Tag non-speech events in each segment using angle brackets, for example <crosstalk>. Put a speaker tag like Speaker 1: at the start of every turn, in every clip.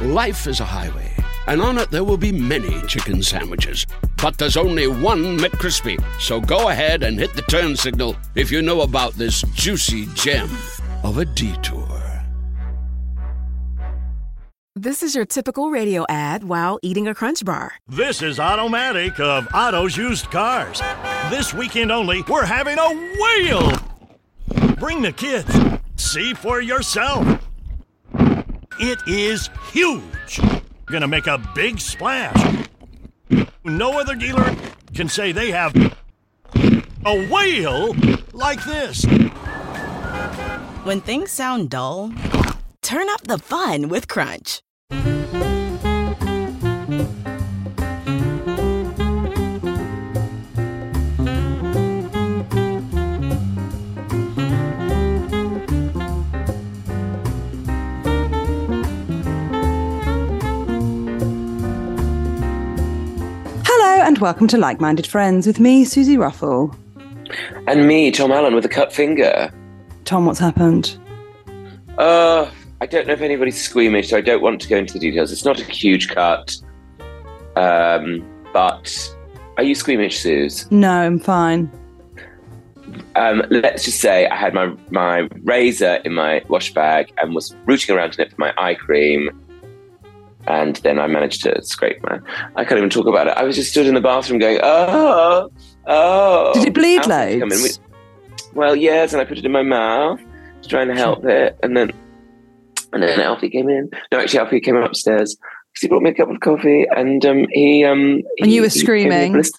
Speaker 1: Life is a highway, and on it there will be many chicken sandwiches. But there's only one McCrispy. So go ahead and hit the turn signal if you know about this juicy gem of a detour.
Speaker 2: This is your typical radio ad while eating a Crunch Bar.
Speaker 3: This is Automatic of Auto's Used Cars. This weekend only, we're having a whale! Bring the kids. See for yourself. It is huge. Gonna make a big splash. No other dealer can say they have a whale like this.
Speaker 4: When things sound dull, turn up the fun with Crunch.
Speaker 5: Hello and welcome to Like Minded Friends with me, Susie Ruffle.
Speaker 6: And me, Tom Allen, with a cut finger.
Speaker 5: Tom, what's happened?
Speaker 6: Uh, I don't know if anybody's squeamish, so I don't want to go into the details. It's not a huge cut. Um, but are you squeamish, Suze?
Speaker 5: No, I'm fine.
Speaker 6: Um, let's just say I had my, my razor in my wash bag and was rooting around in it for my eye cream. And then I managed to scrape my. I can't even talk about it. I was just stood in the bathroom going, oh, oh.
Speaker 5: Did it bleed
Speaker 6: Alfred's come in.
Speaker 5: loads?
Speaker 6: We- well, yes, and I put it in my mouth, trying to help it, and then and then Alfie came in. No, actually, Alfie came upstairs because he brought me a cup of coffee, and um, he um.
Speaker 5: And
Speaker 6: he-
Speaker 5: you were
Speaker 6: he gave me a
Speaker 5: screaming?
Speaker 6: blister.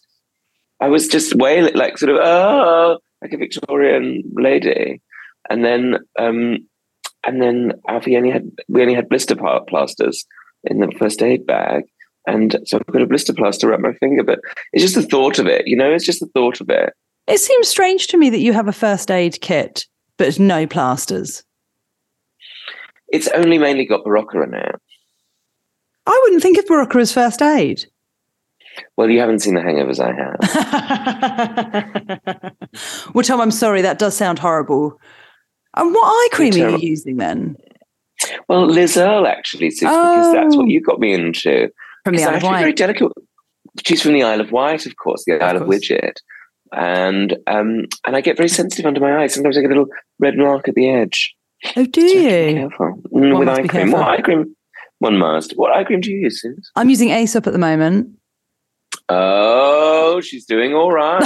Speaker 6: I was just wailing, like sort of oh, like a Victorian lady, and then um, and then Alfie only had we only had blister pla- plasters in the first aid bag. And so I've got a blister plaster around my finger, but it's just the thought of it, you know. It's just the thought of it.
Speaker 5: It seems strange to me that you have a first aid kit, but no plasters.
Speaker 6: It's only mainly got Barocca in it.
Speaker 5: I wouldn't think of Barocca as first aid. <laughs>
Speaker 6: Well, you haven't seen the hangovers I have.
Speaker 5: well, Tom, I'm sorry, that does sound horrible. And what eye cream are you
Speaker 6: terrible.
Speaker 5: using then?
Speaker 6: Well, Liz Earle actually, Suze, because that's
Speaker 5: Oh.
Speaker 6: what you got me into.
Speaker 5: From the
Speaker 6: It's
Speaker 5: Isle of
Speaker 6: actually very
Speaker 5: Wight.
Speaker 6: delicate. She's from the Isle of Wight, of course, the Isle of,
Speaker 5: course.
Speaker 6: Widget, and um, and I get very sensitive under my eyes. Sometimes I get a little red mark at the edge.
Speaker 5: Oh,
Speaker 6: <laughs>
Speaker 5: do
Speaker 6: So I have to be
Speaker 5: you?
Speaker 6: careful Mm,
Speaker 5: One
Speaker 6: with
Speaker 5: must
Speaker 6: eye
Speaker 5: be
Speaker 6: cream. What
Speaker 5: careful.
Speaker 6: eye cream? One must. What eye cream do you use, Suze?
Speaker 5: I'm using Aesop at the moment.
Speaker 6: Oh, she's doing all
Speaker 5: <laughs>
Speaker 6: right.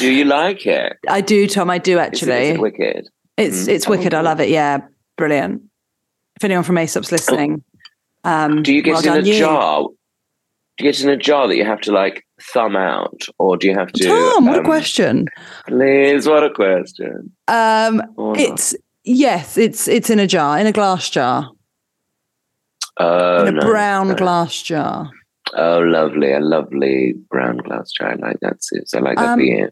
Speaker 6: do you like it?
Speaker 5: I do, Tom. I do
Speaker 6: Is
Speaker 5: actually.
Speaker 6: it- is it wicked?
Speaker 5: It's
Speaker 6: Mm.
Speaker 5: it's wicked. I love it. Yeah, brilliant. If anyone from ASOP's listening, um,
Speaker 6: Do you get
Speaker 5: well
Speaker 6: it in
Speaker 5: done
Speaker 6: a
Speaker 5: you.
Speaker 6: jar? Do you get it in a jar that you have to like thumb out, or do you have to?
Speaker 5: Tom, what a
Speaker 6: um,
Speaker 5: question.
Speaker 6: Please, what a question. Oh,
Speaker 5: Um,
Speaker 6: Or not.
Speaker 5: it's yes, it's it's in a jar, in a glass jar,
Speaker 6: oh,
Speaker 5: in a
Speaker 6: nice,
Speaker 5: brown
Speaker 6: nice.
Speaker 5: glass jar.
Speaker 6: Oh, lovely, a lovely brown glass jar. I like that, Suze. I like that
Speaker 5: Um,
Speaker 6: for you.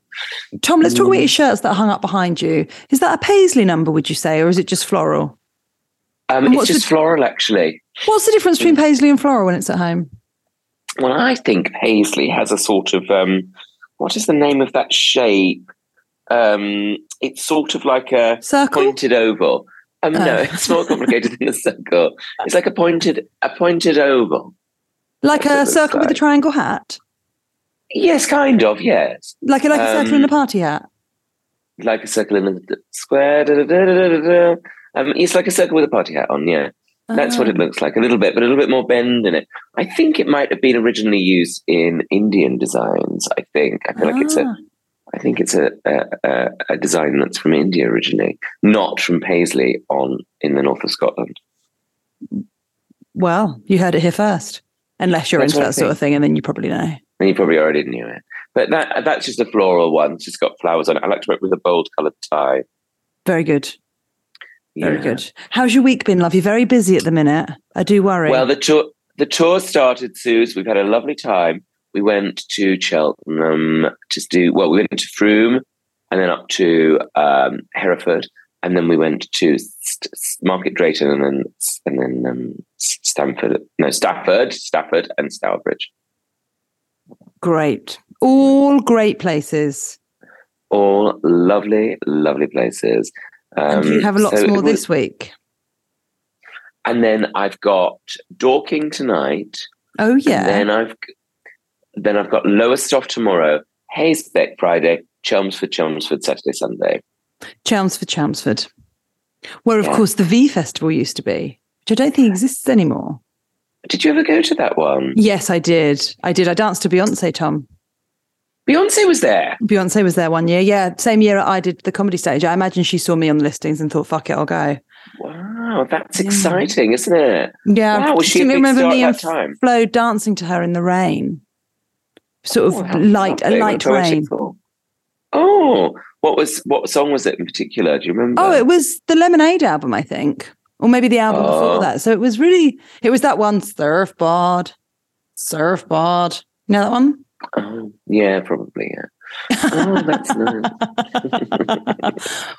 Speaker 5: Tom, let's talk about
Speaker 6: Mm.
Speaker 5: your shirts that are hung up behind you. Is that a paisley number? Would you say, or is it just floral?
Speaker 6: Um,
Speaker 5: and
Speaker 6: it's
Speaker 5: what's
Speaker 6: just
Speaker 5: the-
Speaker 6: floral, actually.
Speaker 5: What's the difference between
Speaker 6: Mm.
Speaker 5: paisley and floral when it's at home?
Speaker 6: Well, I think paisley has a sort of um, what is the name of that shape? Um, it's sort of like a
Speaker 5: Circle.
Speaker 6: pointed oval. Um, No,
Speaker 5: Oh.
Speaker 6: it's more complicated <laughs> than a circle. It's like a pointed, a pointed oval.
Speaker 5: Like
Speaker 6: That's what
Speaker 5: a
Speaker 6: it looks
Speaker 5: circle with a
Speaker 6: like.
Speaker 5: triangle hat,
Speaker 6: Yes, kind of. Yes.
Speaker 5: like a, like a circle
Speaker 6: Um,
Speaker 5: in a party hat.
Speaker 6: like a circle in a d- square. Da, da, da, da, da, da. Um, it's like a circle with a party hat on. Yeah, that's what it
Speaker 5: Uh-huh.
Speaker 6: looks like. A little bit, but a little bit more bend in it. I think it might have been originally used in Indian designs. I think. I feel like it's a.
Speaker 5: Ah.
Speaker 6: I think it's a, a, a, a design that's from India originally, not from Paisley on in the north of Scotland.
Speaker 5: Well, you heard it here first. Unless you're
Speaker 6: That's
Speaker 5: into
Speaker 6: what I
Speaker 5: that sort of thing, and then you probably know.
Speaker 6: And you probably already knew it, but that that's just a floral one. It's just got flowers on it. I like to work with a bold coloured tie.
Speaker 5: Very good. Very
Speaker 6: Yeah.
Speaker 5: good. How's your week been, love? You're very busy at the minute. I do worry.
Speaker 6: Well, the tour the tour started, Suze. We've had a lovely time. We went to Cheltenham to do well. We went to Froome, and then up to um, Hereford, and then we went to St- St- Market Drayton, and then and then um, Stamford. No, Stafford, Stafford, and Stourbridge.
Speaker 5: great. All great places.
Speaker 6: All lovely, lovely places. Um,
Speaker 5: and you have lots
Speaker 6: so
Speaker 5: more
Speaker 6: it was-
Speaker 5: this week.
Speaker 6: And then I've got Dorking tonight.
Speaker 5: Oh yeah.
Speaker 6: And then I've then I've got Lowestoft tomorrow, Hayesbeck Friday, Chelmsford, Chelmsford Saturday, Sunday.
Speaker 5: Chelmsford, Chelmsford, where of
Speaker 6: Yeah.
Speaker 5: course the V Festival used to be, which I don't think exists anymore.
Speaker 6: Did you ever go to that one?
Speaker 5: Yes, I did. I did. I danced to Beyonce. Tom
Speaker 6: Beyonce was there.
Speaker 5: Beyonce was there one year. Yeah, same year I did the comedy stage. I imagine she saw me on the listings and thought, "Fuck it, I'll go."
Speaker 6: Wow, that's exciting, isn't it?
Speaker 5: Yeah,
Speaker 6: Wow, was she a
Speaker 5: do you
Speaker 6: big
Speaker 5: remember
Speaker 6: star
Speaker 5: me
Speaker 6: at
Speaker 5: and
Speaker 6: that time?
Speaker 5: Flo dancing to her in the rain, sort of
Speaker 6: Oh, how
Speaker 5: light a
Speaker 6: lovely, what
Speaker 5: light
Speaker 6: poetic
Speaker 5: rain.
Speaker 6: thought. Oh, what was what song was it in particular? Do you remember?
Speaker 5: Oh, it was the Lemonade album, I think, or maybe the album
Speaker 6: Oh.
Speaker 5: before that. So it was really, it was that one surfboard, surfboard. You know that one?
Speaker 6: Oh, yeah, probably. Yeah. Oh,
Speaker 5: <laughs>
Speaker 6: that's nice.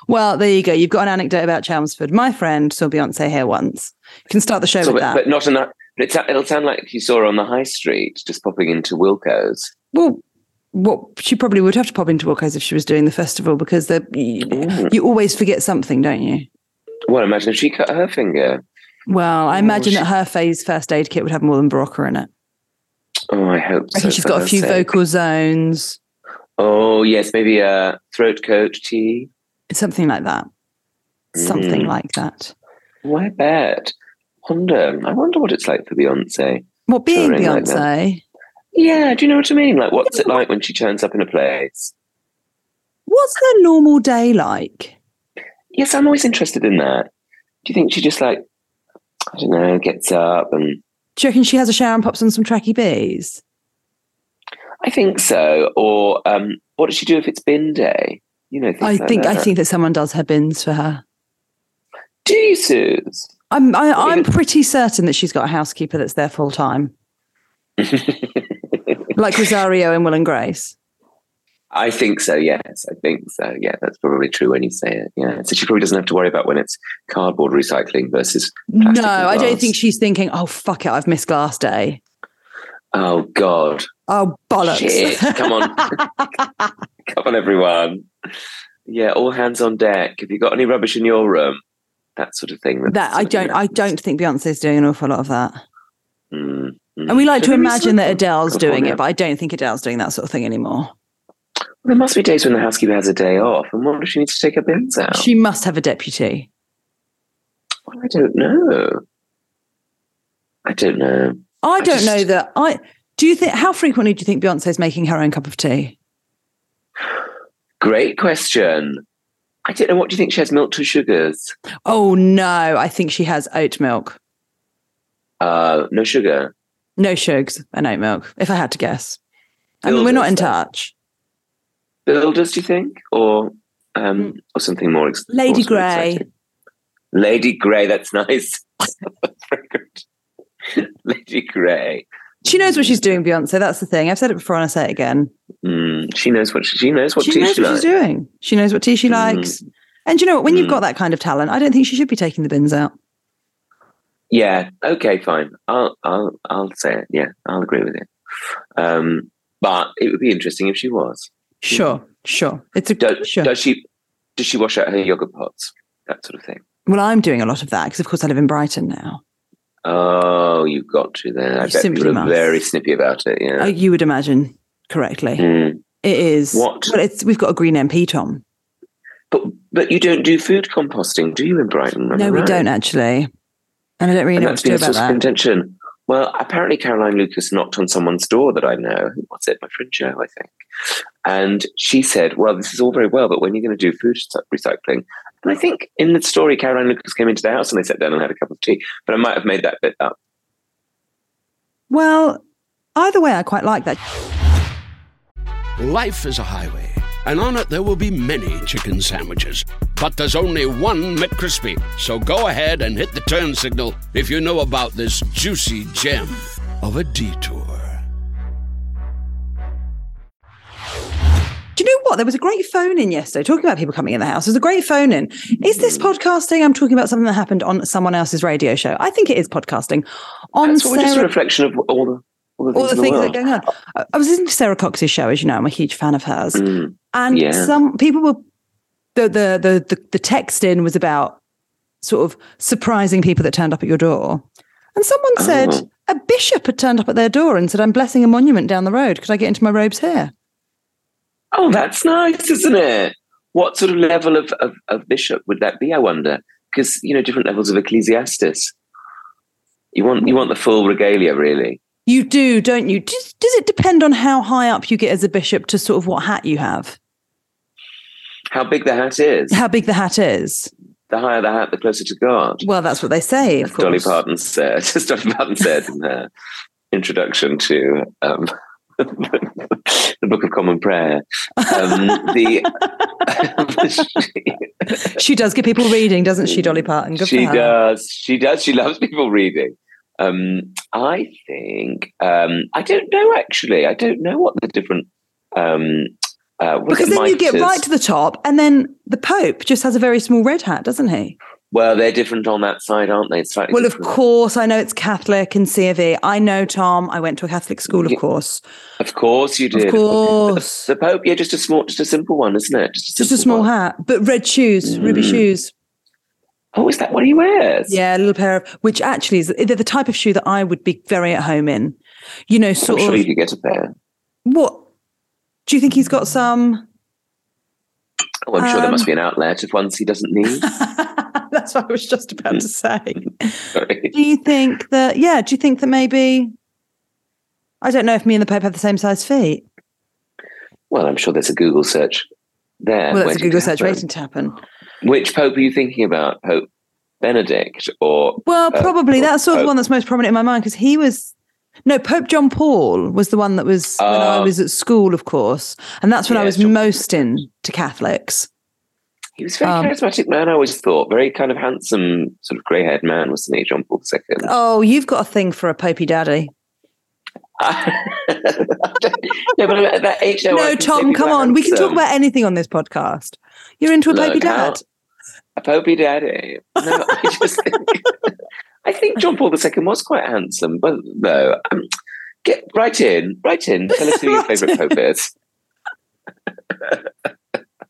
Speaker 5: well, there you go. You've got an anecdote about Chelmsford. My friend saw Beyonce here once. You can start the show
Speaker 6: So,
Speaker 5: with
Speaker 6: but,
Speaker 5: that.
Speaker 6: but not enough. But it's, it'll sound like you saw her on the high street, just popping into Wilco's.
Speaker 5: well, well, she probably would have to pop into Walkers if she was doing the festival because the you, you always forget something, don't you?
Speaker 6: Well, imagine if she cut her finger.
Speaker 5: Well, I imagine
Speaker 6: Oh, she-
Speaker 5: that her phase first aid kit would have more than Barocca in it.
Speaker 6: Oh, I hope
Speaker 5: I
Speaker 6: so.
Speaker 5: think she's
Speaker 6: for
Speaker 5: got a
Speaker 6: her
Speaker 5: few
Speaker 6: sake.
Speaker 5: vocal zones,
Speaker 6: Oh yes, maybe a throat coat tea.
Speaker 5: something like that. Something
Speaker 6: Mm.
Speaker 5: like that.
Speaker 6: Why I bet. Wonder. I wonder what it's like for Beyonce.
Speaker 5: Well, being
Speaker 6: Something like
Speaker 5: Beyonce,
Speaker 6: that. Yeah, do you know what I mean? Like, what's it like when she turns up in a place?
Speaker 5: what's her normal day like?
Speaker 6: Yes, I'm always interested in that. Do you think she just like, I don't know, gets up and
Speaker 5: Do you reckon she has a shower and pops on some tracky bees?
Speaker 6: I think so. Or um, what does she do if it's bin day? You know, things
Speaker 5: I
Speaker 6: like
Speaker 5: think I
Speaker 6: that.
Speaker 5: think that someone does her bins for her.
Speaker 6: Do you, Suze? <laughs>
Speaker 5: I'm I, I'm
Speaker 6: Even-
Speaker 5: pretty certain that she's got a housekeeper that's there full time, like Rosario and Will and Grace.
Speaker 6: I think so. Yes, I think so. Yeah, that's probably true when you say it. Yeah, so she probably doesn't have to worry about when it's cardboard recycling versus. Plastic
Speaker 5: no,
Speaker 6: and
Speaker 5: I don't
Speaker 6: glass.
Speaker 5: think she's thinking. Oh fuck it, I've missed glass day.
Speaker 6: Oh God!
Speaker 5: Oh bollocks!
Speaker 6: Shit! Come on, <laughs> come on, everyone! Yeah, all hands on deck. Have you got any rubbish in your room? That sort of thing.
Speaker 5: <laughs>
Speaker 6: That's
Speaker 5: that
Speaker 6: the
Speaker 5: I
Speaker 6: sort of
Speaker 5: don't. I don't think Beyonce's doing an awful lot of that.
Speaker 6: Mm, mm.
Speaker 5: And we like to
Speaker 6: So there is
Speaker 5: imagine that
Speaker 6: some-
Speaker 5: Adele's
Speaker 6: Go
Speaker 5: doing
Speaker 6: on,
Speaker 5: it, but I don't think Adele's doing that sort of thing anymore.
Speaker 6: There must be days when the housekeeper has a day off, and what if she needs to take her bins out?
Speaker 5: She must have a deputy.
Speaker 6: Well, I don't know. I don't know.
Speaker 5: I don't
Speaker 6: just-
Speaker 5: know that. I do you think how frequently do you think Beyonce's making her own cup of tea?
Speaker 6: Great question. I don't know. What do you think she has? Milk two sugars?
Speaker 5: Oh no, I think she has oat milk.
Speaker 6: Uh, no sugar.
Speaker 5: No sugars and oat milk. If I had to guess, I
Speaker 6: Bill
Speaker 5: mean we're not
Speaker 6: does
Speaker 5: in
Speaker 6: that.
Speaker 5: touch.
Speaker 6: Builders, do you think, or um, or something more? Ex-
Speaker 5: Hmm. Lady
Speaker 6: more sort of
Speaker 5: Grey.
Speaker 6: exciting? Lady Grey. That's <laughs> nice. Very good. Lady Grey.
Speaker 5: She knows what she's doing, Beyonce. That's the thing. I've said it before and I say it again.
Speaker 6: Mm, she knows what she, she knows what
Speaker 5: she
Speaker 6: tea
Speaker 5: knows
Speaker 6: she
Speaker 5: what
Speaker 6: likes.
Speaker 5: she's doing. She knows what tea she
Speaker 6: Mm.
Speaker 5: likes. And do you know what? When you've
Speaker 6: Mm.
Speaker 5: got that kind of talent, I don't think she should be taking the bins
Speaker 6: Hmm.
Speaker 5: out.
Speaker 6: Yeah. Okay. Fine. I'll I'll I'll say it. Yeah. I'll agree with it. Um, but it would be interesting if she was.
Speaker 5: Sure, sure. It's a
Speaker 6: Does
Speaker 5: sure.
Speaker 6: does she does she wash out her yogurt pots? That sort of thing.
Speaker 5: Well, I'm doing a lot of that because, of course, I live in Brighton now.
Speaker 6: Oh, you've got to then. I
Speaker 5: You
Speaker 6: bet
Speaker 5: simply
Speaker 6: people are
Speaker 5: must.
Speaker 6: very snippy about it. Yeah.
Speaker 5: Uh, you would imagine correctly.
Speaker 6: Mm.
Speaker 5: It is.
Speaker 6: What?
Speaker 5: Well, it's, we've got a green MP, Tom.
Speaker 6: But but you don't do food composting, do you, in Brighton? Am I
Speaker 5: No, we
Speaker 6: right?
Speaker 5: don't actually. And I don't really
Speaker 6: And
Speaker 5: know what
Speaker 6: that's
Speaker 5: to do
Speaker 6: been
Speaker 5: about
Speaker 6: a source of
Speaker 5: that.
Speaker 6: contention. Well, apparently Caroline Lucas knocked on someone's door that I know. Who was it? My friend Joe, I think. And she said, "Well, this is all very well, but when are you going to do food recy- recycling?" And I think in the story, Caroline Lucas came into the house and they sat down and had a cup of tea. But I might have made that bit up.
Speaker 5: Well, either way, I quite like that.
Speaker 1: Life is a highway, and on it there will be many chicken sandwiches. But there's only one McCrispy. So go ahead and hit the turn signal if you know about this juicy gem of a detour.
Speaker 5: Do you know what? There was a great phone in yesterday talking about people coming in the house. There's a great phone in. Is this podcasting? I'm talking about something that happened on someone else's radio show. I think it is podcasting. On
Speaker 6: That's what- just a
Speaker 5: Sarah
Speaker 6: reflection of all the all the things,
Speaker 5: all the
Speaker 6: in the
Speaker 5: things that are
Speaker 6: world.
Speaker 5: going on. I- I was listening to Sarah Cox's show, as you know, I'm a huge fan of hers. And
Speaker 6: Mm. Yeah.
Speaker 5: some people were the, the the the the text in was about sort of surprising people that turned up at your door. And someone said
Speaker 6: Oh.
Speaker 5: a bishop had turned up at their door and said, I'm blessing a monument down the road. Could I get into my robes here?
Speaker 6: Oh, that's nice, isn't it? What sort of level of, of, of bishop would that be, I wonder? Because, you know, different levels of ecclesiastes. You want you want the full regalia, really.
Speaker 5: You do, don't you? Does, does it depend on how high up you get as a bishop to sort of what hat you have,
Speaker 6: How big the hat is.
Speaker 5: how big the hat is?
Speaker 6: The higher the hat, the closer to God.
Speaker 5: Well, that's what they say, of
Speaker 6: As Dolly
Speaker 5: course.
Speaker 6: Parton said, <laughs> as Dolly Parton said in her introduction to um, <laughs> the Book of Common Prayer, um, the <laughs>
Speaker 5: She does get people reading, doesn't she, Dolly Parton? Good
Speaker 6: she
Speaker 5: for her.
Speaker 6: does, she does, she loves people reading. Um, I think um, I don't know actually. I don't know what the different um, uh, what
Speaker 5: Because
Speaker 6: the
Speaker 5: then you get
Speaker 6: mitres-
Speaker 5: right to the top, and then the Pope just has a very small red hat, doesn't he?
Speaker 6: well, they're different on that side, aren't they? Slightly
Speaker 5: Well, of
Speaker 6: different.
Speaker 5: course, I know it's Catholic and C of E. I know Tom. I went to a Catholic school, of course.
Speaker 6: Of course you do.
Speaker 5: Of course.
Speaker 6: The Pope, yeah, just a small, just a simple one, isn't it? Just a
Speaker 5: Just a small
Speaker 6: one.
Speaker 5: hat, but red shoes, ruby shoes.
Speaker 6: Oh, is that what he wears?
Speaker 5: Yeah, a little pair of, which actually is they're the type of shoe that I would be very at home in. You know,
Speaker 6: I'm
Speaker 5: sort
Speaker 6: sure
Speaker 5: of.
Speaker 6: you could get a pair.
Speaker 5: What? Do you think he's got some? <laughs>
Speaker 6: Oh, I'm sure there
Speaker 5: Um,
Speaker 6: must be an outlet of ones
Speaker 5: <laughs>
Speaker 6: he doesn't need.
Speaker 5: That's what I was just about to say.
Speaker 6: Sorry.
Speaker 5: Do you think that, yeah, do you think that maybe, I don't know if me and the Pope have the same size feet?
Speaker 6: Well, I'm sure there's a Google search there.
Speaker 5: well, that's a
Speaker 6: waiting
Speaker 5: Google
Speaker 6: to
Speaker 5: search
Speaker 6: happen.
Speaker 5: waiting to happen.
Speaker 6: Which Pope are you thinking about? Pope Benedict or
Speaker 5: Well,
Speaker 6: Uh,
Speaker 5: probably that's sort of the
Speaker 6: Pope-
Speaker 5: one that's most prominent in my mind because he was, no, Pope John Paul was the one that was when I
Speaker 6: Ah.
Speaker 5: was at school, of course. And that's when I
Speaker 6: Yeah,
Speaker 5: was
Speaker 6: John-
Speaker 5: most into Catholics.
Speaker 6: he was a very
Speaker 5: um,
Speaker 6: charismatic man. I always thought very kind of handsome, sort of grey-haired man, wasn't he, John Paul II?
Speaker 5: Oh, you've got a thing for a Popey daddy.
Speaker 6: <laughs> no, but at that age, now, I
Speaker 5: no,
Speaker 6: can say
Speaker 5: Tom,
Speaker 6: people
Speaker 5: come
Speaker 6: are
Speaker 5: on. We can talk
Speaker 6: handsome.
Speaker 5: about anything on this podcast. You're into a
Speaker 6: Look,
Speaker 5: Popey
Speaker 6: how-
Speaker 5: dad.
Speaker 6: a popey daddy. No, I just think, <laughs> I think John Paul II was quite handsome, but no. Um, get right in, right in. Tell us
Speaker 5: <laughs>
Speaker 6: who your
Speaker 5: Right
Speaker 6: favourite pope is. <laughs>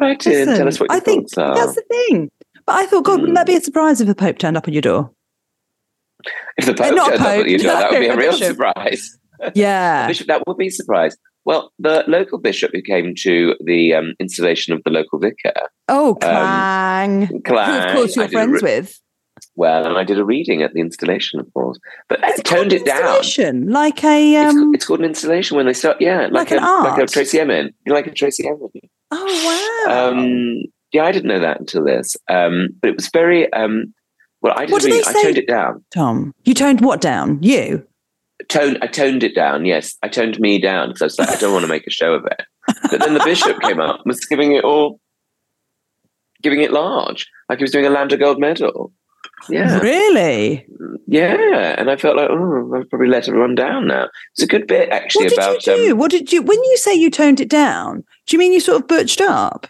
Speaker 6: right in. Tell us
Speaker 5: Listen,
Speaker 6: what your
Speaker 5: I think
Speaker 6: thoughts are.
Speaker 5: that's the thing. But I thought, God, wouldn't that be a
Speaker 6: Hmm.
Speaker 5: surprise if the Pope turned up on your door?
Speaker 6: <laughs> if the pope
Speaker 5: not a
Speaker 6: turned up
Speaker 5: pope,
Speaker 6: at you,
Speaker 5: no,
Speaker 6: that would be
Speaker 5: a <laughs>
Speaker 6: a real
Speaker 5: bishop.
Speaker 6: surprise.
Speaker 5: Yeah.
Speaker 6: Bishop, that would be a surprise. Well, the local bishop who came to the um, installation of the local vicar,
Speaker 5: Oh, Clang. Who,
Speaker 6: Clyde,
Speaker 5: of course,
Speaker 6: Um, I
Speaker 5: you're
Speaker 6: did a
Speaker 5: friends
Speaker 6: re-
Speaker 5: with.
Speaker 6: Well, and I did a reading at the installation, of course, but I
Speaker 5: It's
Speaker 6: toned
Speaker 5: called
Speaker 6: it down.
Speaker 5: installation, Like a.
Speaker 6: It's,
Speaker 5: Um,
Speaker 6: it's called an installation when they start. Yeah,
Speaker 5: Like
Speaker 6: like,
Speaker 5: an
Speaker 6: a, like a
Speaker 5: art.
Speaker 6: Tracy Emin. You like a Tracy Emin.
Speaker 5: oh, wow.
Speaker 6: Um, yeah, I didn't know that until this. Um, but it was very um, well. I didn't.
Speaker 5: What do they
Speaker 6: really- I
Speaker 5: say?
Speaker 6: toned it down.
Speaker 5: Tom, you toned what down? You.
Speaker 6: Tone. I toned it down. Yes, I toned me down because I was like, I don't want to make a show of it. But then the bishop came up, and was giving it all, giving it large, like he was doing a Lambda gold medal. Yeah.
Speaker 5: <laughs> Really?
Speaker 6: Yeah, and I felt like oh, I've probably let everyone down now. It's a good bit actually
Speaker 5: What did
Speaker 6: about
Speaker 5: you do?
Speaker 6: um,
Speaker 5: what did you. When you say you toned it down, do you mean you sort of butched up?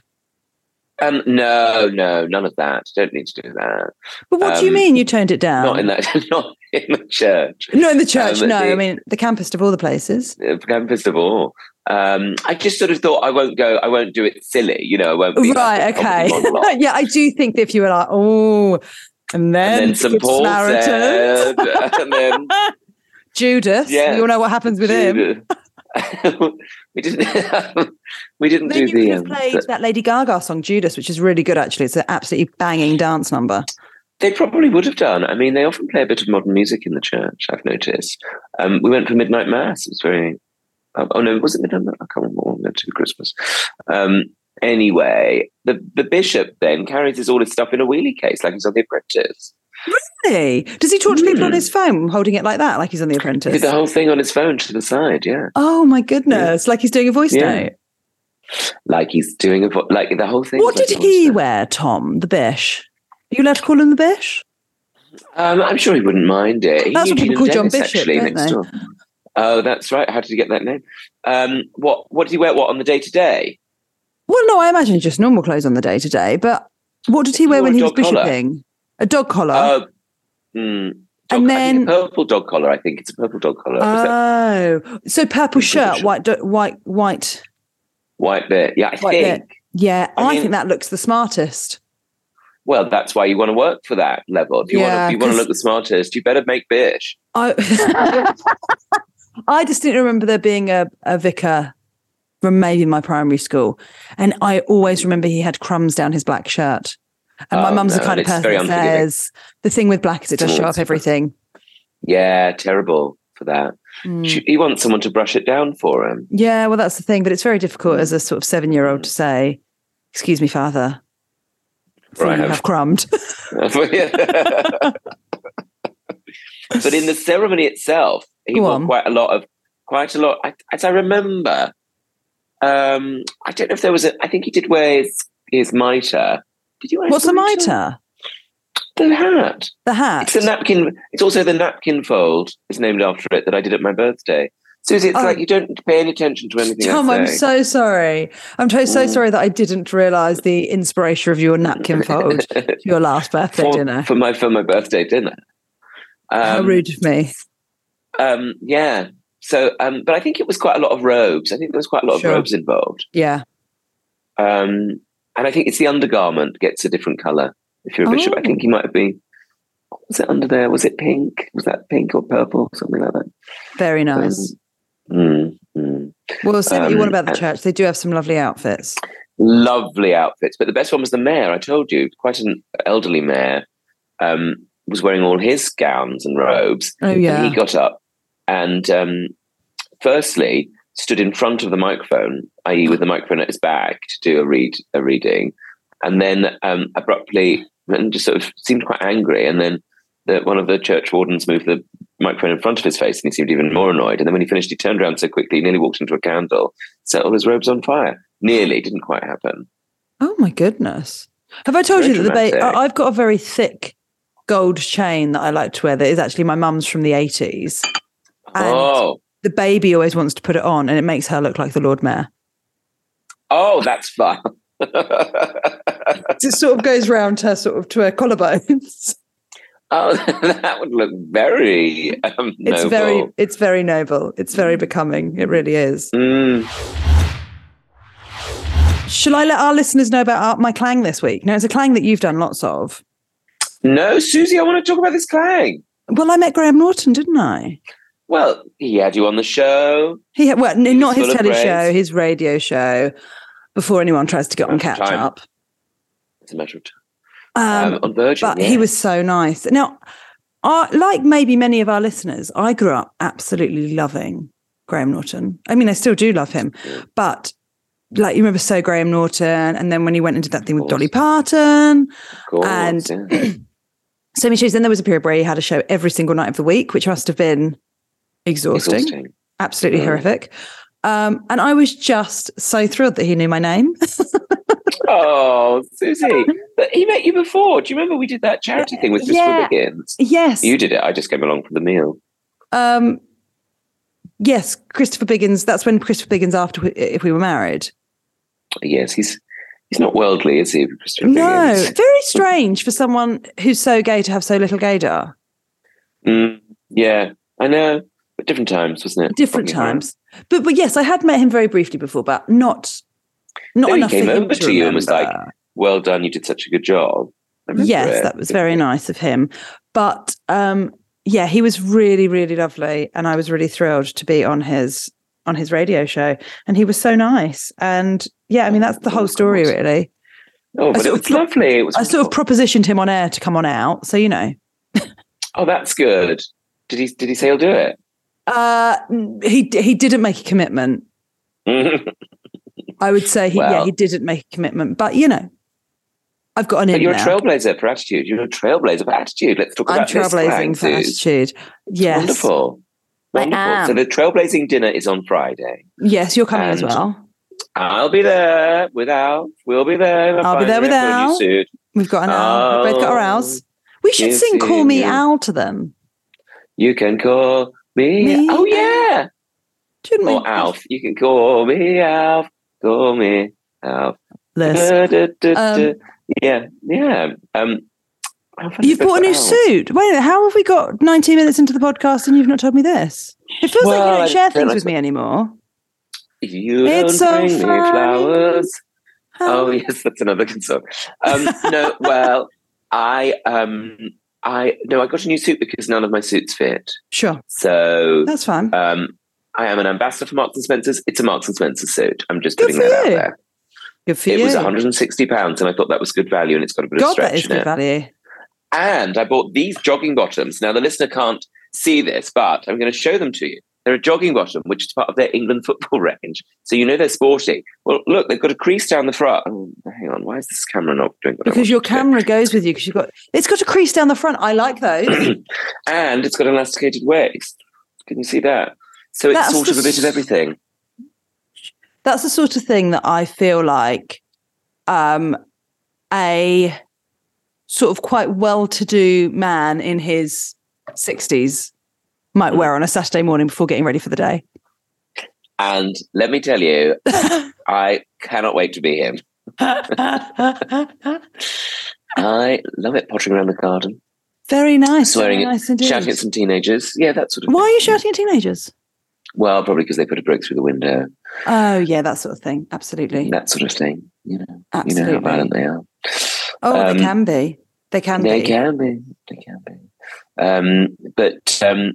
Speaker 6: um no, no, none of that. Don't need to do that.
Speaker 5: But what do you
Speaker 6: Um,
Speaker 5: mean you toned it down?
Speaker 6: Not in that <laughs> not in the church.
Speaker 5: No, in the church.
Speaker 6: Um,
Speaker 5: no,
Speaker 6: the-
Speaker 5: I mean, the campus of all the places.
Speaker 6: uh, Campus of all. Um I just sort of thought I won't go I won't do it silly, you know, I won't be like
Speaker 5: Right,
Speaker 6: a comedy
Speaker 5: okay. <laughs>
Speaker 6: monologue.
Speaker 5: yeah, I do think that if you were like, oh, and
Speaker 6: And
Speaker 5: then,
Speaker 6: then St.
Speaker 5: Good
Speaker 6: Paul
Speaker 5: Samaritan,
Speaker 6: said,
Speaker 5: <laughs>
Speaker 6: and then
Speaker 5: Judas,
Speaker 6: Yeah.
Speaker 5: you all know what happens with him.
Speaker 6: Judas. <laughs> we didn't <laughs> we didn't
Speaker 5: Then
Speaker 6: do
Speaker 5: you could
Speaker 6: the
Speaker 5: have
Speaker 6: um,
Speaker 5: played
Speaker 6: the-
Speaker 5: that Lady Gaga song Judas, which is really good actually. It's an absolutely banging dance number.
Speaker 6: They probably would have done. I mean, they often play a bit of modern music in the church. I've noticed. Um, we went for midnight mass. It was very. Um, oh no, was it midnight? Mass? I can't remember what we went to for Christmas. Um, anyway, the the bishop then carries his all his stuff in a wheelie case, like he's on The Apprentice.
Speaker 5: Really? Does he talk to people on
Speaker 6: Hmm.
Speaker 5: his phone holding it like that, like he's on The
Speaker 6: He
Speaker 5: Apprentice?
Speaker 6: did the whole thing on his phone to the side. Yeah,
Speaker 5: Oh my goodness! Like he's doing a voice
Speaker 6: Yeah.
Speaker 5: note.
Speaker 6: like he's doing a vo- like the whole thing.
Speaker 5: What
Speaker 6: is like
Speaker 5: did
Speaker 6: a voice
Speaker 5: he
Speaker 6: note.
Speaker 5: wear, Tom? The bish? Are you allowed to call him the bish?
Speaker 6: Um, I'm sure he wouldn't mind it. He
Speaker 5: That's
Speaker 6: knew
Speaker 5: what people
Speaker 6: Gina
Speaker 5: call John
Speaker 6: Dennis,
Speaker 5: Bishop,
Speaker 6: actually,
Speaker 5: don't
Speaker 6: next
Speaker 5: they?
Speaker 6: door. Oh, that's right. How did he get that name? Um, what What did he wear? What on the day to day?
Speaker 5: Well, no, I imagine just normal clothes on the day to day. But what did he wear
Speaker 6: wore
Speaker 5: when
Speaker 6: a
Speaker 5: he was
Speaker 6: dog collar.
Speaker 5: bishoping? A dog collar.
Speaker 6: Oh, mm,
Speaker 5: And
Speaker 6: dog- I think
Speaker 5: then-
Speaker 6: a purple dog collar. I think it's a purple dog collar. Is that
Speaker 5: Oh, so purple
Speaker 6: Pretty
Speaker 5: shirt,
Speaker 6: sure.
Speaker 5: white, do- white, white.
Speaker 6: white bit. Yeah, I
Speaker 5: White
Speaker 6: think.
Speaker 5: Yeah, I,
Speaker 6: I mean-
Speaker 5: think that looks the smartest.
Speaker 6: well, that's why you want to work for that level. If you
Speaker 5: Yeah,
Speaker 6: want to, you want to
Speaker 5: 'cause-
Speaker 6: look the smartest, you better make bish.
Speaker 5: I <laughs> I distinctly remember there being a, a vicar from maybe my primary school. And I always remember he had crumbs down his black shirt. And my
Speaker 6: Oh,
Speaker 5: mum's the
Speaker 6: no,
Speaker 5: kind of
Speaker 6: it's
Speaker 5: person
Speaker 6: very
Speaker 5: that
Speaker 6: unforgiving.
Speaker 5: says the thing with black is it does show up
Speaker 6: Towards-
Speaker 5: everything.
Speaker 6: Yeah, terrible for that.
Speaker 5: Mm.
Speaker 6: She- He wants someone to brush it down for him.
Speaker 5: Yeah, well that's the thing, but it's very difficult as a sort of seven year
Speaker 6: Mm.
Speaker 5: old to say, Excuse me, father.
Speaker 6: Or I
Speaker 5: you
Speaker 6: have-
Speaker 5: have
Speaker 6: <laughs>
Speaker 5: crumbed.
Speaker 6: but in the ceremony itself, he
Speaker 5: Go
Speaker 6: wore
Speaker 5: on.
Speaker 6: quite a lot of quite a lot. I, as I remember, um, I don't know if there was a. I think he did wear his, his mitre. Did you wear his
Speaker 5: What's a mitre?
Speaker 6: The hat.
Speaker 5: The hat.
Speaker 6: <laughs> It's the napkin. It's also the napkin fold is named after it that I did at my birthday. Susie, it's
Speaker 5: Oh.
Speaker 6: like you don't pay any attention to anything.
Speaker 5: Tom,
Speaker 6: I
Speaker 5: I'm
Speaker 6: say.
Speaker 5: so sorry. I'm so,
Speaker 6: Mm.
Speaker 5: so sorry that I didn't realise the inspiration of your
Speaker 6: <laughs>
Speaker 5: napkin fold to your last birthday
Speaker 6: for,
Speaker 5: dinner.
Speaker 6: for my for my birthday dinner.
Speaker 5: How
Speaker 6: Um,
Speaker 5: rude of me.
Speaker 6: um, yeah. So, um, but I think it was quite a lot of robes. I think there was quite a lot
Speaker 5: Sure.
Speaker 6: of robes involved.
Speaker 5: Yeah.
Speaker 6: Um, and I think it's the undergarment gets a different color if you're a bishop. I
Speaker 5: Oh.
Speaker 6: think he might have been. What was it under there? Was it pink? Was that pink or purple? Something like that.
Speaker 5: Very nice.
Speaker 6: Mm, mm.
Speaker 5: Well, say what you want
Speaker 6: um,
Speaker 5: about the
Speaker 6: uh,
Speaker 5: church. They do have some lovely outfits.
Speaker 6: Lovely outfits. But the best one was the mayor. I told you, quite an elderly mayor, um, was wearing all his gowns and robes.
Speaker 5: Oh,
Speaker 6: And
Speaker 5: yeah.
Speaker 6: he got up and, um, firstly, stood in front of the microphone, i.e., with the microphone at his back to do a read, a reading, and then um, abruptly, and just sort of seemed quite angry. And then the, one of the church wardens moved the microphone in front of his face, and he seemed even more annoyed. And then when he finished, he turned around so quickly, he nearly walked into a candle, set all his robes on fire. Nearly didn't quite happen.
Speaker 5: Oh, my goodness. Have I told
Speaker 6: Very
Speaker 5: you that the ba-
Speaker 6: dramatic.
Speaker 5: I- I've got a very thick gold chain that I like to wear that is actually my mum's from the 80s. And
Speaker 6: oh,
Speaker 5: the baby always wants to put it on and it makes her look like the Lord
Speaker 6: <laughs>
Speaker 5: Mayor.
Speaker 6: oh, that's fun. <laughs>
Speaker 5: It sort of goes round her sort of to her collarbones. <laughs>
Speaker 6: oh, that would look very um, noble.
Speaker 5: It's very, it's very noble. It's very becoming. It really is.
Speaker 6: Mm.
Speaker 5: Shall I let our listeners know about our, my clang this week? Now, it's a clang that you've done lots of.
Speaker 6: No, Susie, I want to talk about this clang.
Speaker 5: Well, I met Graham Norton, didn't I?
Speaker 6: Well, he had you on the show.
Speaker 5: He had, well, n-
Speaker 6: was
Speaker 5: not his
Speaker 6: full of
Speaker 5: telly
Speaker 6: praise.
Speaker 5: show, his radio show. Before anyone tries to get on
Speaker 6: Of
Speaker 5: catch
Speaker 6: time.
Speaker 5: up,
Speaker 6: It's a matter of
Speaker 5: um,
Speaker 6: time. Um, on Virgin.
Speaker 5: but
Speaker 6: yeah.
Speaker 5: he was so nice. Now, I like maybe many of our listeners, I grew up absolutely loving Graham Norton. I mean, I still do love him, but like you remember, so Graham Norton, and then when he went into that thing with
Speaker 6: course.
Speaker 5: Dolly Parton,
Speaker 6: Of course,
Speaker 5: and- <clears throat>
Speaker 6: yeah.
Speaker 5: so many shows. Then there was a period where he had a show every single night of the week, which must have been exhausting,
Speaker 6: Exhausting.
Speaker 5: absolutely
Speaker 6: Mm.
Speaker 5: horrific. Um, and I was just so thrilled that he knew my name. <laughs>
Speaker 6: Oh, Susie. But he met you before. Do you remember we did that charity thing with Miss
Speaker 5: Yeah.
Speaker 6: Willigans?
Speaker 5: yes.
Speaker 6: You did it. I just came along for the meal.
Speaker 5: Um, yes, Christopher Biggins. That's when Christopher Biggins, after we, if we were married.
Speaker 6: Yes, he's he's not worldly, is he? Christopher
Speaker 5: No,
Speaker 6: Williams?
Speaker 5: very strange for someone who's so gay to have so little gaydar.
Speaker 6: Mm, yeah, I know. But different times, wasn't it?
Speaker 5: Different
Speaker 6: Fucking horror.
Speaker 5: times. But but yes, I had met him very briefly before, but not not
Speaker 6: No, he
Speaker 5: enough
Speaker 6: came
Speaker 5: for him
Speaker 6: over
Speaker 5: to,
Speaker 6: to you and was like,
Speaker 5: remember.
Speaker 6: Well done. You did such a good job. I remember
Speaker 5: Yes,
Speaker 6: it.
Speaker 5: that was very nice of him. But um, yeah, he was really, really lovely, and I was really thrilled to be on his on his radio show. And he was so nice. And yeah, I mean that's the whole story really.
Speaker 6: Oh, but
Speaker 5: sort
Speaker 6: it
Speaker 5: of
Speaker 6: was
Speaker 5: pro-
Speaker 6: lovely. It was
Speaker 5: I sort of propositioned him on air to come on out, so you know.
Speaker 6: Oh, that's good. Did he did he say he'll
Speaker 5: <laughs>
Speaker 6: do it?
Speaker 5: Uh, he he didn't make a commitment.
Speaker 6: but
Speaker 5: I would say he yeah
Speaker 6: Well-
Speaker 5: he didn't make a commitment, but you know, I've got an in
Speaker 6: you're a
Speaker 5: now.
Speaker 6: trailblazer for attitude. You're a trailblazer for attitude. Let's talk
Speaker 5: I'm
Speaker 6: about this
Speaker 5: trailblazing
Speaker 6: slang,
Speaker 5: for
Speaker 6: Suze.
Speaker 5: attitude. Yes,
Speaker 6: Wonderful. Wonderful.
Speaker 5: am.
Speaker 6: So the trailblazing dinner is on Friday.
Speaker 5: yes, you're coming as
Speaker 6: And-
Speaker 5: well.
Speaker 6: I'll be there with Al. We'll be there. in a
Speaker 5: I'll be
Speaker 6: fine
Speaker 5: there with
Speaker 6: red pony
Speaker 5: Al.
Speaker 6: suit.
Speaker 5: We've got an owl. We've both got our
Speaker 6: Oh,
Speaker 5: owls. We should
Speaker 6: yes,
Speaker 5: sing "Call
Speaker 6: yeah,
Speaker 5: Me
Speaker 6: yeah.
Speaker 5: Owl" to them,
Speaker 6: You can call me.
Speaker 5: Me
Speaker 6: oh yeah.
Speaker 5: shouldn't we?
Speaker 6: Or Alf. You can call me Alf. Call me Alf. <laughs>
Speaker 5: Listen.
Speaker 6: Da, da, da,
Speaker 5: Um,
Speaker 6: da. yeah, yeah. Um, how funny
Speaker 5: You've
Speaker 6: is Oh,
Speaker 5: bought a new
Speaker 6: Alf?
Speaker 5: suit. Wait, a minute, how have we got 19 minutes into the podcast and you've not told me this? It feels like
Speaker 6: Well,
Speaker 5: you
Speaker 6: I
Speaker 5: don't share
Speaker 6: don't
Speaker 5: things
Speaker 6: like
Speaker 5: with
Speaker 6: to-
Speaker 5: me anymore.
Speaker 6: You
Speaker 5: It's
Speaker 6: don't
Speaker 5: so
Speaker 6: bring me
Speaker 5: funny.
Speaker 6: flowers. oh yes, that's another good song. Um,
Speaker 5: <laughs>
Speaker 6: no, well, I um, I no, I got a new suit because none of my suits fit.
Speaker 5: Sure.
Speaker 6: So
Speaker 5: That's fine.
Speaker 6: um, I am an ambassador for Marks and Spencers. It's a Marks and Spencer suit. I'm just
Speaker 5: Good
Speaker 6: putting
Speaker 5: for
Speaker 6: that out
Speaker 5: you.
Speaker 6: there.
Speaker 5: Good for
Speaker 6: It
Speaker 5: you.
Speaker 6: was 160 pounds, and I thought that was good value, and it's got a bit of
Speaker 5: God,
Speaker 6: stretch
Speaker 5: that is
Speaker 6: in it.
Speaker 5: good value.
Speaker 6: And I bought these jogging bottoms. Now the listener can't see this, but I'm going to show them to you. They're a jogging bottom, which is part of their England <laughs> football range. So you know they're sporty. Well, look, they've got a crease down the front. Oh, hang on, why is this camera not doing what I want
Speaker 5: Because your
Speaker 6: it to do?
Speaker 5: camera goes with you because you've got it's got a crease down the front. I like those.
Speaker 6: <clears throat> and it's got an elasticated waist. Can you see that? So it's
Speaker 5: That's
Speaker 6: sort
Speaker 5: the
Speaker 6: of a bit of
Speaker 5: s-
Speaker 6: everything.
Speaker 5: That's the sort of thing that I feel like um a sort of quite well to do man in his sixties might wear on a Saturday morning before getting ready for the
Speaker 6: <laughs>
Speaker 5: day.
Speaker 6: And let me
Speaker 5: <laughs>
Speaker 6: tell you, I cannot wait to be him. I love it pottering around the garden,
Speaker 5: Very nice.
Speaker 6: Swearing
Speaker 5: very
Speaker 6: it,
Speaker 5: nice indeed.
Speaker 6: shouting at some teenagers. Yeah, that sort of.
Speaker 5: Why
Speaker 6: thing.
Speaker 5: are you shouting at teenagers?
Speaker 6: Well, probably because they put a brick through the window,
Speaker 5: Oh yeah, that sort of thing. Absolutely.
Speaker 6: that sort of thing. You know,
Speaker 5: Absolutely.
Speaker 6: you know how violent they are.
Speaker 5: oh,
Speaker 6: um,
Speaker 5: they can be. They can
Speaker 6: they
Speaker 5: be.
Speaker 6: can be. They can be. Um, but um,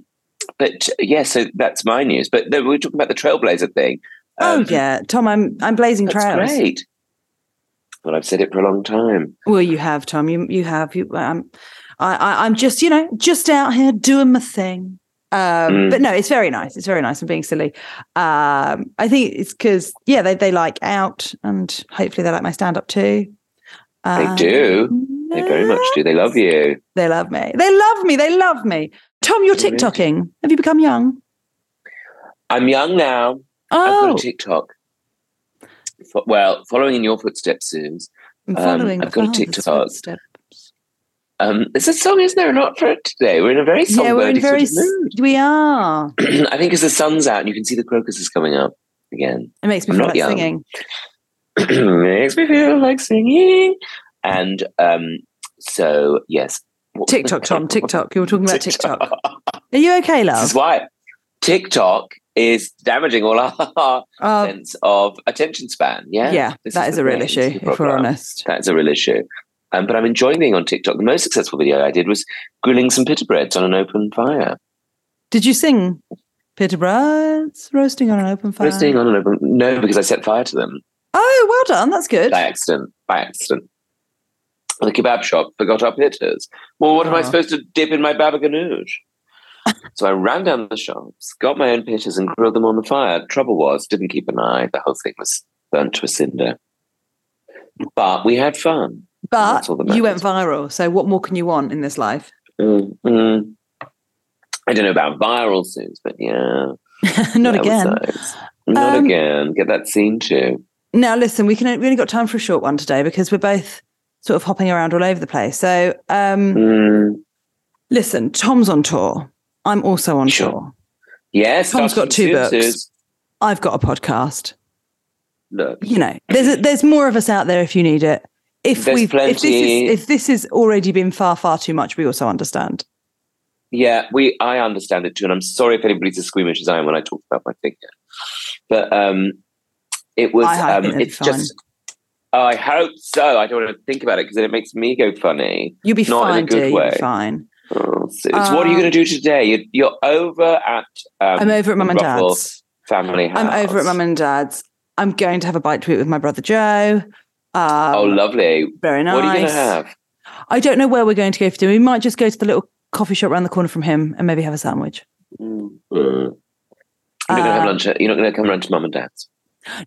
Speaker 6: but yeah, so that's my news. But no, we were talking about the Trailblazer thing.
Speaker 5: Oh
Speaker 6: Um,
Speaker 5: yeah, Tom, I'm I'm blazing
Speaker 6: That's
Speaker 5: trails.
Speaker 6: great. Well, I've said it for a long time.
Speaker 5: Well, you have, Tom. You you have. You, um, I, I I'm just you know just out here doing my thing. Um,
Speaker 6: Mm.
Speaker 5: But no, it's very nice. It's very nice. I'm being silly. Um, I think it's because yeah, they they like out, and hopefully they like my stand up too. Um,
Speaker 6: do. They very much do. They love you.
Speaker 5: They love me. They love me. They love me. Tom, you're
Speaker 6: They really do.
Speaker 5: TikToking. Have you become young?
Speaker 6: I'm young now. I've
Speaker 5: Oh,
Speaker 6: got a TikTok. Fo- well, following in your footsteps, Suze.
Speaker 5: I'm
Speaker 6: um,
Speaker 5: following
Speaker 6: I've got a
Speaker 5: father's
Speaker 6: TikTok.
Speaker 5: footsteps.
Speaker 6: Um, there's a song, is there, or not for today? We're in a very songbirding
Speaker 5: Yeah, we're in very.
Speaker 6: sort of mood.
Speaker 5: s- We are.
Speaker 6: <clears throat> I think as the sun's out and you can see the crocuses coming up again, <clears throat>
Speaker 5: It makes me
Speaker 6: I'm
Speaker 5: feel
Speaker 6: not
Speaker 5: like
Speaker 6: young.
Speaker 5: singing.
Speaker 6: makes me feel like singing. And um, so, yes. What-
Speaker 5: TikTok, Tom.
Speaker 6: <laughs>
Speaker 5: TikTok. You were talking about TikTok.
Speaker 6: TikTok.
Speaker 5: Are you okay,
Speaker 6: This
Speaker 5: love?
Speaker 6: is why TikTok is damaging all our <laughs>
Speaker 5: Uh,
Speaker 6: sense of attention span. Yeah,
Speaker 5: yeah,
Speaker 6: This
Speaker 5: that is,
Speaker 6: the
Speaker 5: a real
Speaker 6: thing. This
Speaker 5: issue,
Speaker 6: is the
Speaker 5: if we're
Speaker 6: problem.
Speaker 5: honest.
Speaker 6: That's a real issue. Um, but I'm enjoying being on TikTok. The most successful video I did was grilling some pita breads on an open fire.
Speaker 5: Did you sing Peterborough's roasting on an open fire?
Speaker 6: Roasting on an open no, because I set fire to them
Speaker 5: Oh, well done. That's good.
Speaker 6: by accident. By accident. The kebab shop forgot our pitters. Well, what am I
Speaker 5: Oh.
Speaker 6: supposed to dip in my
Speaker 5: <laughs>
Speaker 6: baba ganoush? so I ran down the shops, got my own pitters, and grilled them on the fire. Trouble was, didn't keep an eye. The whole thing was burnt to a cinder. But we had fun.
Speaker 5: But
Speaker 6: that's all that
Speaker 5: you went
Speaker 6: matters.
Speaker 5: viral. So what more can you want in this life? <laughs>
Speaker 6: Mm, mm. I don't know about viral scenes, but yeah.
Speaker 5: Not
Speaker 6: that was
Speaker 5: again.
Speaker 6: nice. Not
Speaker 5: Um,
Speaker 6: again. Get that scene too.
Speaker 5: Now, listen, we can we only got time for a short one today because we're both sort of hopping around all over the place. So, um,
Speaker 6: Mm.
Speaker 5: listen, Tom's on tour. I'm also on
Speaker 6: Sure.
Speaker 5: tour.
Speaker 6: Yes,
Speaker 5: Tom's got
Speaker 6: started
Speaker 5: two
Speaker 6: soon,
Speaker 5: books.
Speaker 6: Suze.
Speaker 5: I've got a podcast.
Speaker 6: Look,
Speaker 5: you know, there's a, there's more of us out there if you need it. If
Speaker 6: There's
Speaker 5: we if this
Speaker 6: plenty.
Speaker 5: is if this has already been far far too much, we also understand.
Speaker 6: yeah, we. I understand it too, and I'm sorry if anybody's as squeamish as I am when I talk about my finger. But um, it was.
Speaker 5: I have it,
Speaker 6: Um,
Speaker 5: it'll be
Speaker 6: it's just. I hope so. I don't want to think about it because then it makes me go funny.
Speaker 5: You'll be
Speaker 6: Not in a
Speaker 5: fine,
Speaker 6: good
Speaker 5: dear. You'll
Speaker 6: way.
Speaker 5: be fine.
Speaker 6: Oh, Suze, what are you
Speaker 5: Um,
Speaker 6: going to do today? You're, you're over at. Um,
Speaker 5: I'm over at mum and
Speaker 6: Ruffle
Speaker 5: dad's.
Speaker 6: Family house.
Speaker 5: I'm over at mum and dad's. I'm going to have a bite to eat with my brother Joe. Um,
Speaker 6: oh, lovely.
Speaker 5: very nice.
Speaker 6: What are you going to have?
Speaker 5: I don't know where we're going to go for dinner. We might just go to the little coffee shop around the corner from him and maybe have a sandwich.
Speaker 6: You're not going to
Speaker 5: Uh,
Speaker 6: have lunch. At, you're not going to come round to mum and dad's.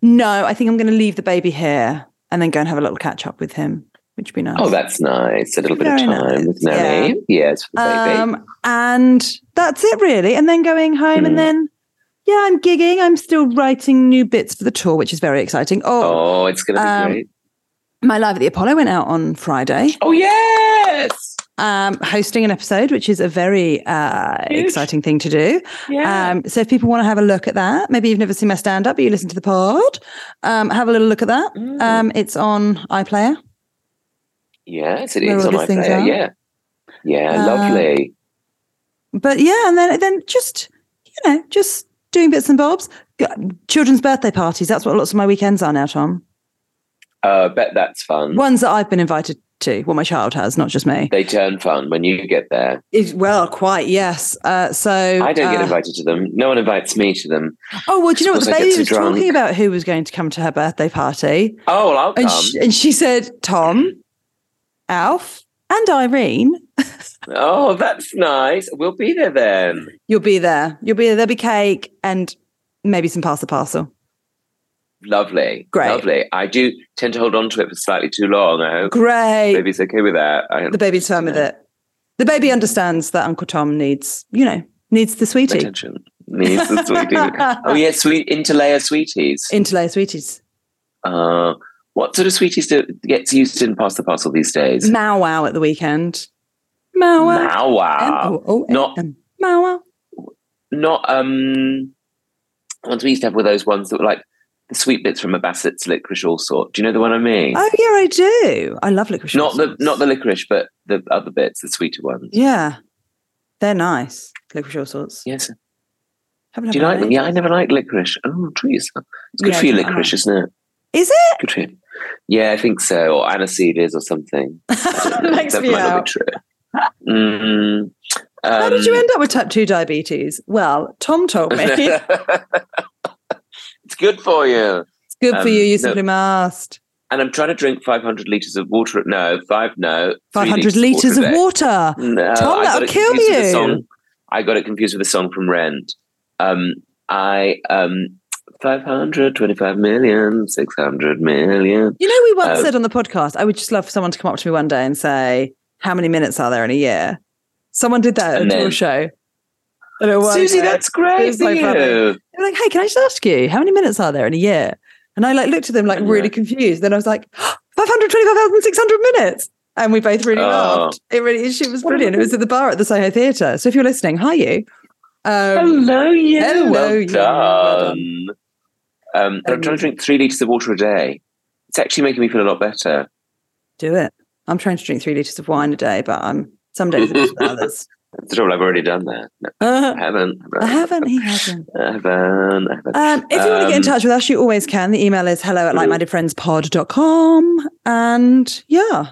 Speaker 5: No, I think I'm going to leave the baby here and then go and have a little catch up with him, which would be nice.
Speaker 6: Oh, that's nice. A little bit of
Speaker 5: very
Speaker 6: time
Speaker 5: nice,
Speaker 6: with nanny. Yes, for the baby.
Speaker 5: Um, and that's it really. And then going home
Speaker 6: Hmm.
Speaker 5: and then yeah, I'm gigging. I'm still writing new bits for the tour, which is very exciting. Oh,
Speaker 6: oh, it's going to be
Speaker 5: um,
Speaker 6: great.
Speaker 5: my live at the Apollo went out on Friday.
Speaker 6: Oh yes,
Speaker 5: Um, hosting an episode, which is a very uh,
Speaker 6: Huge.
Speaker 5: exciting thing to do. Um, so if people want to have a look at that, maybe you've never seen my stand up, but you listen to the pod, um, have a little look at that.
Speaker 6: Mm.
Speaker 5: Um, it's on iPlayer.
Speaker 6: yes, it
Speaker 5: where
Speaker 6: is
Speaker 5: all
Speaker 6: on
Speaker 5: these things
Speaker 6: iPlayer.
Speaker 5: are.
Speaker 6: Yeah, yeah,
Speaker 5: Um,
Speaker 6: lovely.
Speaker 5: but yeah, and then then just you know just doing bits and bobs. G- Children's birthday parties. That's what lots of my weekends are now, Tom.
Speaker 6: Uh, bet that's fun.
Speaker 5: Ones that I've been invited to, well, my child has, not just me.
Speaker 6: They turn fun when you get there.
Speaker 5: It- well, quite, yes. Uh, so
Speaker 6: I don't get
Speaker 5: uh,
Speaker 6: invited to them. No one invites me to them.
Speaker 5: Oh, well, do you know what? The
Speaker 6: because I get
Speaker 5: baby
Speaker 6: too
Speaker 5: was
Speaker 6: drunk.
Speaker 5: talking about who was going to come to her birthday party.
Speaker 6: Oh, well, I'll come.
Speaker 5: And, she, and she said, Tom, Alf, and Irene.
Speaker 6: oh, that's nice. We'll be there then.
Speaker 5: You'll be there. You'll be there. There'll be cake and maybe some pasta parcel.
Speaker 6: Lovely.
Speaker 5: Great.
Speaker 6: Lovely. I do tend to hold on to it for slightly too long. I hope
Speaker 5: Great.
Speaker 6: baby's okay with that. I
Speaker 5: The baby's fine with it. The baby understands that Uncle Tom needs, you know, needs the sweetie.
Speaker 6: attention. Needs the sweetie.
Speaker 5: <laughs>
Speaker 6: oh yeah, sweet interlayer sweeties.
Speaker 5: Interlayer sweeties.
Speaker 6: Uh, what sort of sweeties do, gets used in pasta parcel these days?
Speaker 5: Mau wow at the weekend. Mau wow.
Speaker 6: Wow, wow.
Speaker 5: M-O-O-M.
Speaker 6: Not-
Speaker 5: Mau wow.
Speaker 6: Not um ones we used to have were those ones that were like the sweet bits from a Bassett's licorice all sort. Do you know the one I mean?
Speaker 5: Oh, yeah, I do. I love licorice.
Speaker 6: not the
Speaker 5: sauce.
Speaker 6: not the licorice, but the other bits, the sweeter ones.
Speaker 5: Yeah. They're nice. Licorice all sorts.
Speaker 6: Yes. Do
Speaker 5: Have another
Speaker 6: you like
Speaker 5: one.
Speaker 6: them? Yeah, I never liked licorice. Oh, treat yourself. It's good
Speaker 5: Yeah,
Speaker 6: for you,
Speaker 5: I don't
Speaker 6: licorice, isn't it?
Speaker 5: Is it?
Speaker 6: Good for you. Yeah, I think so. Or aniseed is
Speaker 5: <laughs>
Speaker 6: or something.
Speaker 5: Makes
Speaker 6: that
Speaker 5: me
Speaker 6: might not
Speaker 5: out.
Speaker 6: be true. Mm,
Speaker 5: How did you
Speaker 6: um,
Speaker 5: end up with type 2 diabetes? Well, Tom told
Speaker 6: <laughs>
Speaker 5: me. it's
Speaker 6: it's good for you.
Speaker 5: good for
Speaker 6: Um,
Speaker 5: you. You
Speaker 6: no.
Speaker 5: simply must.
Speaker 6: And I'm trying to drink 500 liters of water. No, five. No, three
Speaker 5: 500 litres
Speaker 6: a
Speaker 5: of
Speaker 6: day.
Speaker 5: water.
Speaker 6: No,
Speaker 5: Tom,
Speaker 6: I got
Speaker 5: that'll
Speaker 6: it
Speaker 5: kill
Speaker 6: confused with a
Speaker 5: you.
Speaker 6: song- I got it confused with a song from Rent. Um, I um, 500, 25 million, 600 million.
Speaker 5: You know, we once
Speaker 6: Uh,
Speaker 5: said on the podcast, I would just love for someone to come up to me one day and say, How many minutes are there in a year? Someone did that at a
Speaker 6: And
Speaker 5: tour
Speaker 6: then-
Speaker 5: show. I don't know why.
Speaker 6: Susie, that's great
Speaker 5: It's
Speaker 6: for
Speaker 5: my brother.
Speaker 6: you.
Speaker 5: They were like, hey, can I just ask you, how many minutes are there in a year? And I like looked at them like
Speaker 6: Yeah.
Speaker 5: really confused. Then I was like, 525,600 minutes. And we both really
Speaker 6: Oh.
Speaker 5: laughed. It really, she was brilliant. It was at the bar at the Soho Theatre. So if you're listening, hi you. Um,
Speaker 6: Hello, you.
Speaker 5: hello,
Speaker 6: well
Speaker 5: you. Well
Speaker 6: done. Um, but I'm trying
Speaker 5: Um,
Speaker 6: to drink three liters of water a day. It's actually making me feel a lot better.
Speaker 5: do it. I'm trying to drink three litres of wine a day, but I'm some days it's better than others.
Speaker 6: That's the trouble. I've already done that. No, I haven't.
Speaker 5: I haven't, he hasn't.
Speaker 6: I haven't. I haven't.
Speaker 5: Um, if you want to get in
Speaker 6: Um,
Speaker 5: touch with us, you always can. The email is hello at likemindedfriendspod.com. And yeah,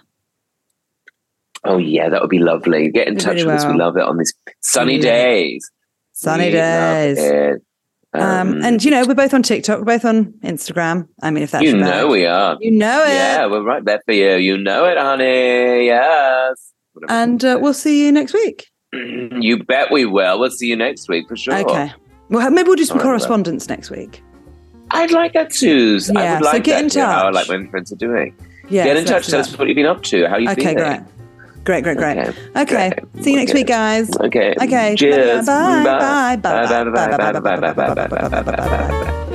Speaker 6: Oh yeah, that would be lovely. Get in
Speaker 5: It
Speaker 6: touch
Speaker 5: really
Speaker 6: with us. We
Speaker 5: will.
Speaker 6: love it on these sunny
Speaker 5: Yeah.
Speaker 6: days.
Speaker 5: sunny
Speaker 6: We love
Speaker 5: days.
Speaker 6: it.
Speaker 5: Um, and you know, we're both on TikTok, we're both on Instagram. I mean, if that's
Speaker 6: you
Speaker 5: your bag.
Speaker 6: know we are.
Speaker 5: you know it.
Speaker 6: Yeah, we're right there for you. You know it, honey. Yes. Whatever.
Speaker 5: And uh, we'll see you next week.
Speaker 6: <clears throat> you bet we will. We'll see you next week for sure.
Speaker 5: Okay. Well, maybe we'll do some
Speaker 6: All right, well.
Speaker 5: correspondence next week.
Speaker 6: I'd like that, Suze. I
Speaker 5: Yeah,
Speaker 6: would
Speaker 5: so
Speaker 6: like
Speaker 5: get
Speaker 6: that
Speaker 5: in
Speaker 6: to know How I
Speaker 5: touch.
Speaker 6: like my friends are doing.
Speaker 5: Yeah.
Speaker 6: get in
Speaker 5: so
Speaker 6: touch.
Speaker 5: let's do
Speaker 6: Tell us
Speaker 5: that.
Speaker 6: what you've been up to. How you
Speaker 5: Okay,
Speaker 6: feeling?
Speaker 5: great. Great, great, great.
Speaker 6: Okay,
Speaker 5: Okay.
Speaker 6: great.
Speaker 5: See you next
Speaker 6: Okay.
Speaker 5: week, guys.
Speaker 6: Okay.
Speaker 5: Okay.
Speaker 6: Cheers.
Speaker 5: Bye. Bye.
Speaker 6: Bye.
Speaker 5: Bye.
Speaker 6: Bye. Bye. Bye. Bye. Bye. Bye. Bye. Bye. Bye. Bye. Bye. Bye. Bye.